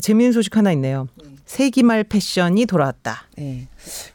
재미있는 소식 하나 있네요. 세기말 패션이 돌아왔다. 예.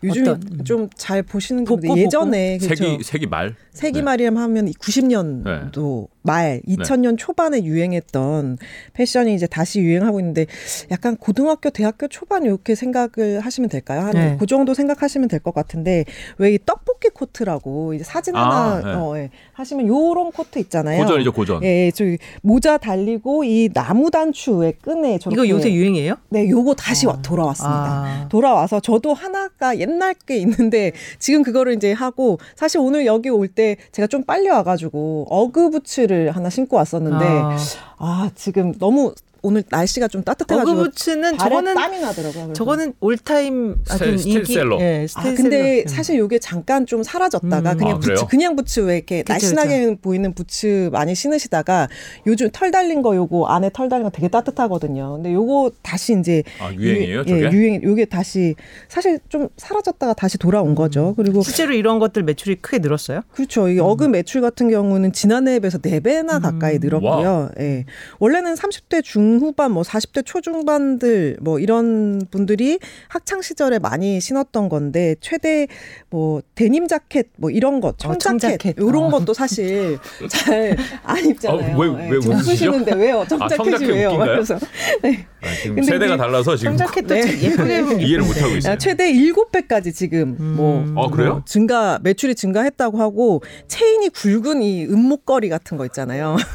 요즘 네. 어떤? 음. 좀 잘 보시는 뽀뽀뽀뽀? 건데 예전에 그렇죠. 세기 네. 세기 말. 세기말이면 하면 90년도 네. 말, 2000년 초반에 유행했던 패션이 이제 다시 유행하고 있는데 약간 고등학교, 대학교 초반 이렇게 생각을 하시면 될까요? 한 그 네. 정도 생각하시면 될 것 같은데 왜 이 떡볶이 코트라고 이제 사진 아, 하나 네. 어, 예. 하시면 요런 코트 있잖아요. 고전이죠 고전. 예, 예, 저 모자 달리고 이 나무 단추에 끈에 저렇게 이거 요새 유행이에요? 네, 요거 다시 와- 돌아왔습니다. 아. 돌아와서 저도 하나가 옛날 게 있는데 지금 그거를 이제 하고 사실 오늘 여기 올 때 제가 좀 빨리 와가지고 어그 부츠를 하나 신고 왔었는데 아, 아. 지금 너무 오늘 날씨가 좀 따뜻해가지고 어그부츠는 발에 저거는 땀이 나더라고요. 그래서. 저거는 올타임 아주 세- 인기 스틸셀러. 예, 아 스틸셀러. 근데 사실 요게 잠깐 좀 사라졌다가 음. 그냥 아, 그래요? 부츠 그냥 부츠 왜 이렇게 그쵸, 날씬하게 보이는 부츠 많이 신으시다가 요즘 털 달린 거 요거 안에 털 달린 거 되게 따뜻하거든요. 근데 요거 다시 이제 아 유행이에요 유- 예, 저게. 유행 요게 다시 사실 좀 사라졌다가 다시 돌아온 거죠. 음. 그리고 실제로 이런 것들 매출이 크게 늘었어요? 그렇죠. 이 어금 매출 같은 경우는 지난해에 비해서 네배나 가까이 늘었고요. 음. 와. 예. 원래는 30대 중후반, 뭐 40대 초중반들 뭐 이런 분들이 학창 시절에 많이 신었던 건데 최대 뭐 데님 자켓 뭐 이런 어, 것, 청자켓 청자켓. 이런 어. 것도 사실 잘 안 입잖아요. 예, 어, 왜- 왜 좀 웃으시죠? 아, 웃으시는데 왜요? 청자켓이 청자켓 왜요? 웃긴가요? 그래서 아, 지금 근데 세대가 이게 달라서 지금 그 청자켓도 참 네. 예쁘게 입으면 이해를 못 하고 아, 있어요. 최대 7배까지 지금 뭐 음. 아 그래요? 증가 매출이 증가했다고 하고 체인이 굵은 이 은목걸이 같은 거 있잖아요.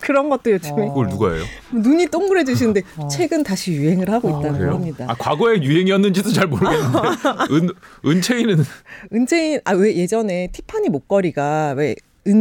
그런 것도 요즘에 어. 그걸 누가 해요? 눈이 동그래지시는데 최근 다시 유행을 하고 있다는 그래요? 겁니다. 아 과거에 유행이었는지도 잘 모르겠는데 은 은채이는 은체인 아 왜 예전에 티파니 목걸이가 왜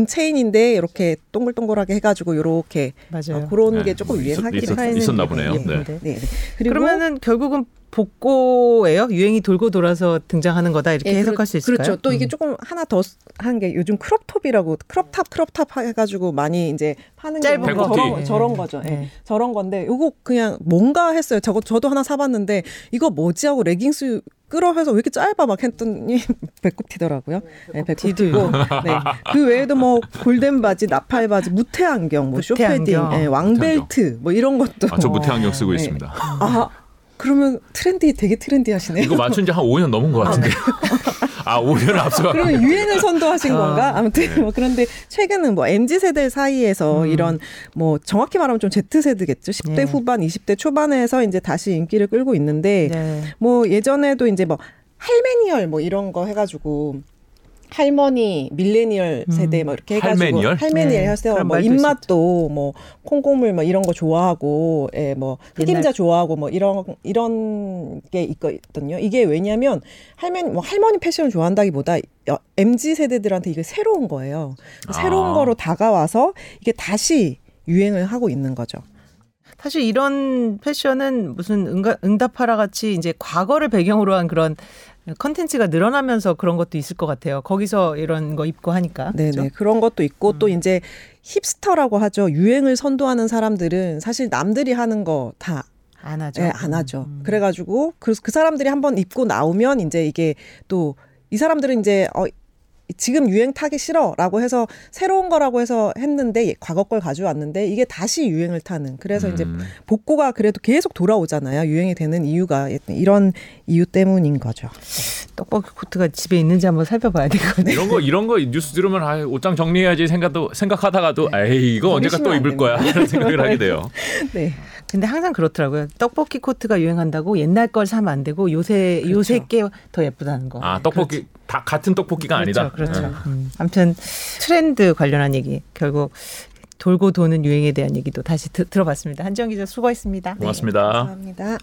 은체인인데 이렇게 동글동글하게 해가지고 요렇게 맞아요. 어, 그런 네, 게 조금 있었- 유행하긴 있었- 했는데. 있었나 보네요. 네. 네. 네. 그리고 그러면은 결국은 복고예요? 유행이 돌고 돌아서 등장하는 거다 이렇게 예, 해석할 그렇- 수 있을까요? 음. 그렇죠. 또 이게 조금 하나 더 한 게 요즘 크롭톱이라고 크롭탑 크롭탑 해가지고 많이 이제 파는 게 짧은 있는데 거. 저런 예. 저런 거죠. 예. 네. 저런 건데 요거 그냥 뭔가 했어요. 저거 저도 하나 사봤는데 이거 뭐지 하고 레깅스 끌어해서 왜 이렇게 짧아 막 했더니 배꼽 튀더라고요. 네, 배꼽 뒤도 튀고. 네. 그 외에도 뭐 골덴 바지, 나팔 바지, 무태 안경, 뭐 무태 쇼패딩, 안경. 예, 왕벨트 뭐 이런 것도 아저 무태 안경 쓰고 네. 있습니다. 아, 그러면 트렌디 되게 트렌디하시네요. 이거 맞춘 지 한 5년 넘은 것 같은데. 아 5년 앞서. 그러면 유엔을 선도하신 아. 건가? 아무튼 뭐 그런데 최근은 뭐 mz 세대 사이에서 이런 뭐 정확히 말하면 좀 z 세대겠죠. 10대 음. 네. 후반, 20대 초반에서 이제 다시 인기를 끌고 있는데 네. 뭐 예전에도 이제 뭐 할메니얼 뭐 이런 거 해가지고. 할머니 밀레니얼 세대 뭐 이렇게 해가지고 할메니얼? 음. 네. 혈세어 그런 뭐 말도 입맛도 뭐 콩고물 뭐 이런 거 좋아하고 예뭐 흑임자 옛날- 좋아하고 뭐 이런 이런 게 있거든요. 이게 왜냐면 할머니 뭐 할머니 패션 을 좋아한다기보다 여- mz 세대들한테 이게 새로운 거예요. 새로운 아. 거로 다가와서 이게 다시 유행을 하고 있는 거죠. 사실 이런 패션은 무슨 응가, 응답하라 같이 이제 과거를 배경으로 한 그런 컨텐츠가 늘어나면서 그런 것도 있을 것 같아요. 거기서 이런 거 입고 하니까. 네네 그죠? 그런 것도 있고 또 음. 이제 힙스터라고 하죠. 유행을 선도하는 사람들은 사실 남들이 하는 거다 안 하죠. 음. 예, 안 하죠. 그래가지고 그래서 그 사람들이 한번 입고 나오면 이제 이게 또 이 사람들은 이제 어 지금 유행 타기 싫어라고 해서 새로운 거라고 해서 했는데 예, 과거 걸 가져왔는데 이게 다시 유행을 타는 그래서 이제 음. 복고가 그래도 계속 돌아오잖아요. 유행이 되는 이유가 이런 이유 때문인 거죠. 아. 떡볶이 코트가 집에 있는지 한번 살펴봐야 되거든요. 이런 거 이런 거 뉴스 들으면 아 옷장 정리해야지 생각도 생각하다가도 에이 이거 언제가 또 버리시면 네. 안 입을 거야 하는 생각을 하게 돼요. 네. 근데 항상 그렇더라고요. 떡볶이 코트가 유행한다고 옛날 걸 사면 안 되고 요새 그렇죠. 요새 게 더 예쁘다는 거. 아 떡볶이 다 같은 떡볶이가 아니다. 그렇죠. 네. 그렇죠. 음. 아무튼 트렌드 관련한 얘기 결국 돌고 도는 유행에 대한 얘기도 다시 드- 들어봤습니다. 한정 기자 수고했습니다. 고맙습니다. 감사합니다.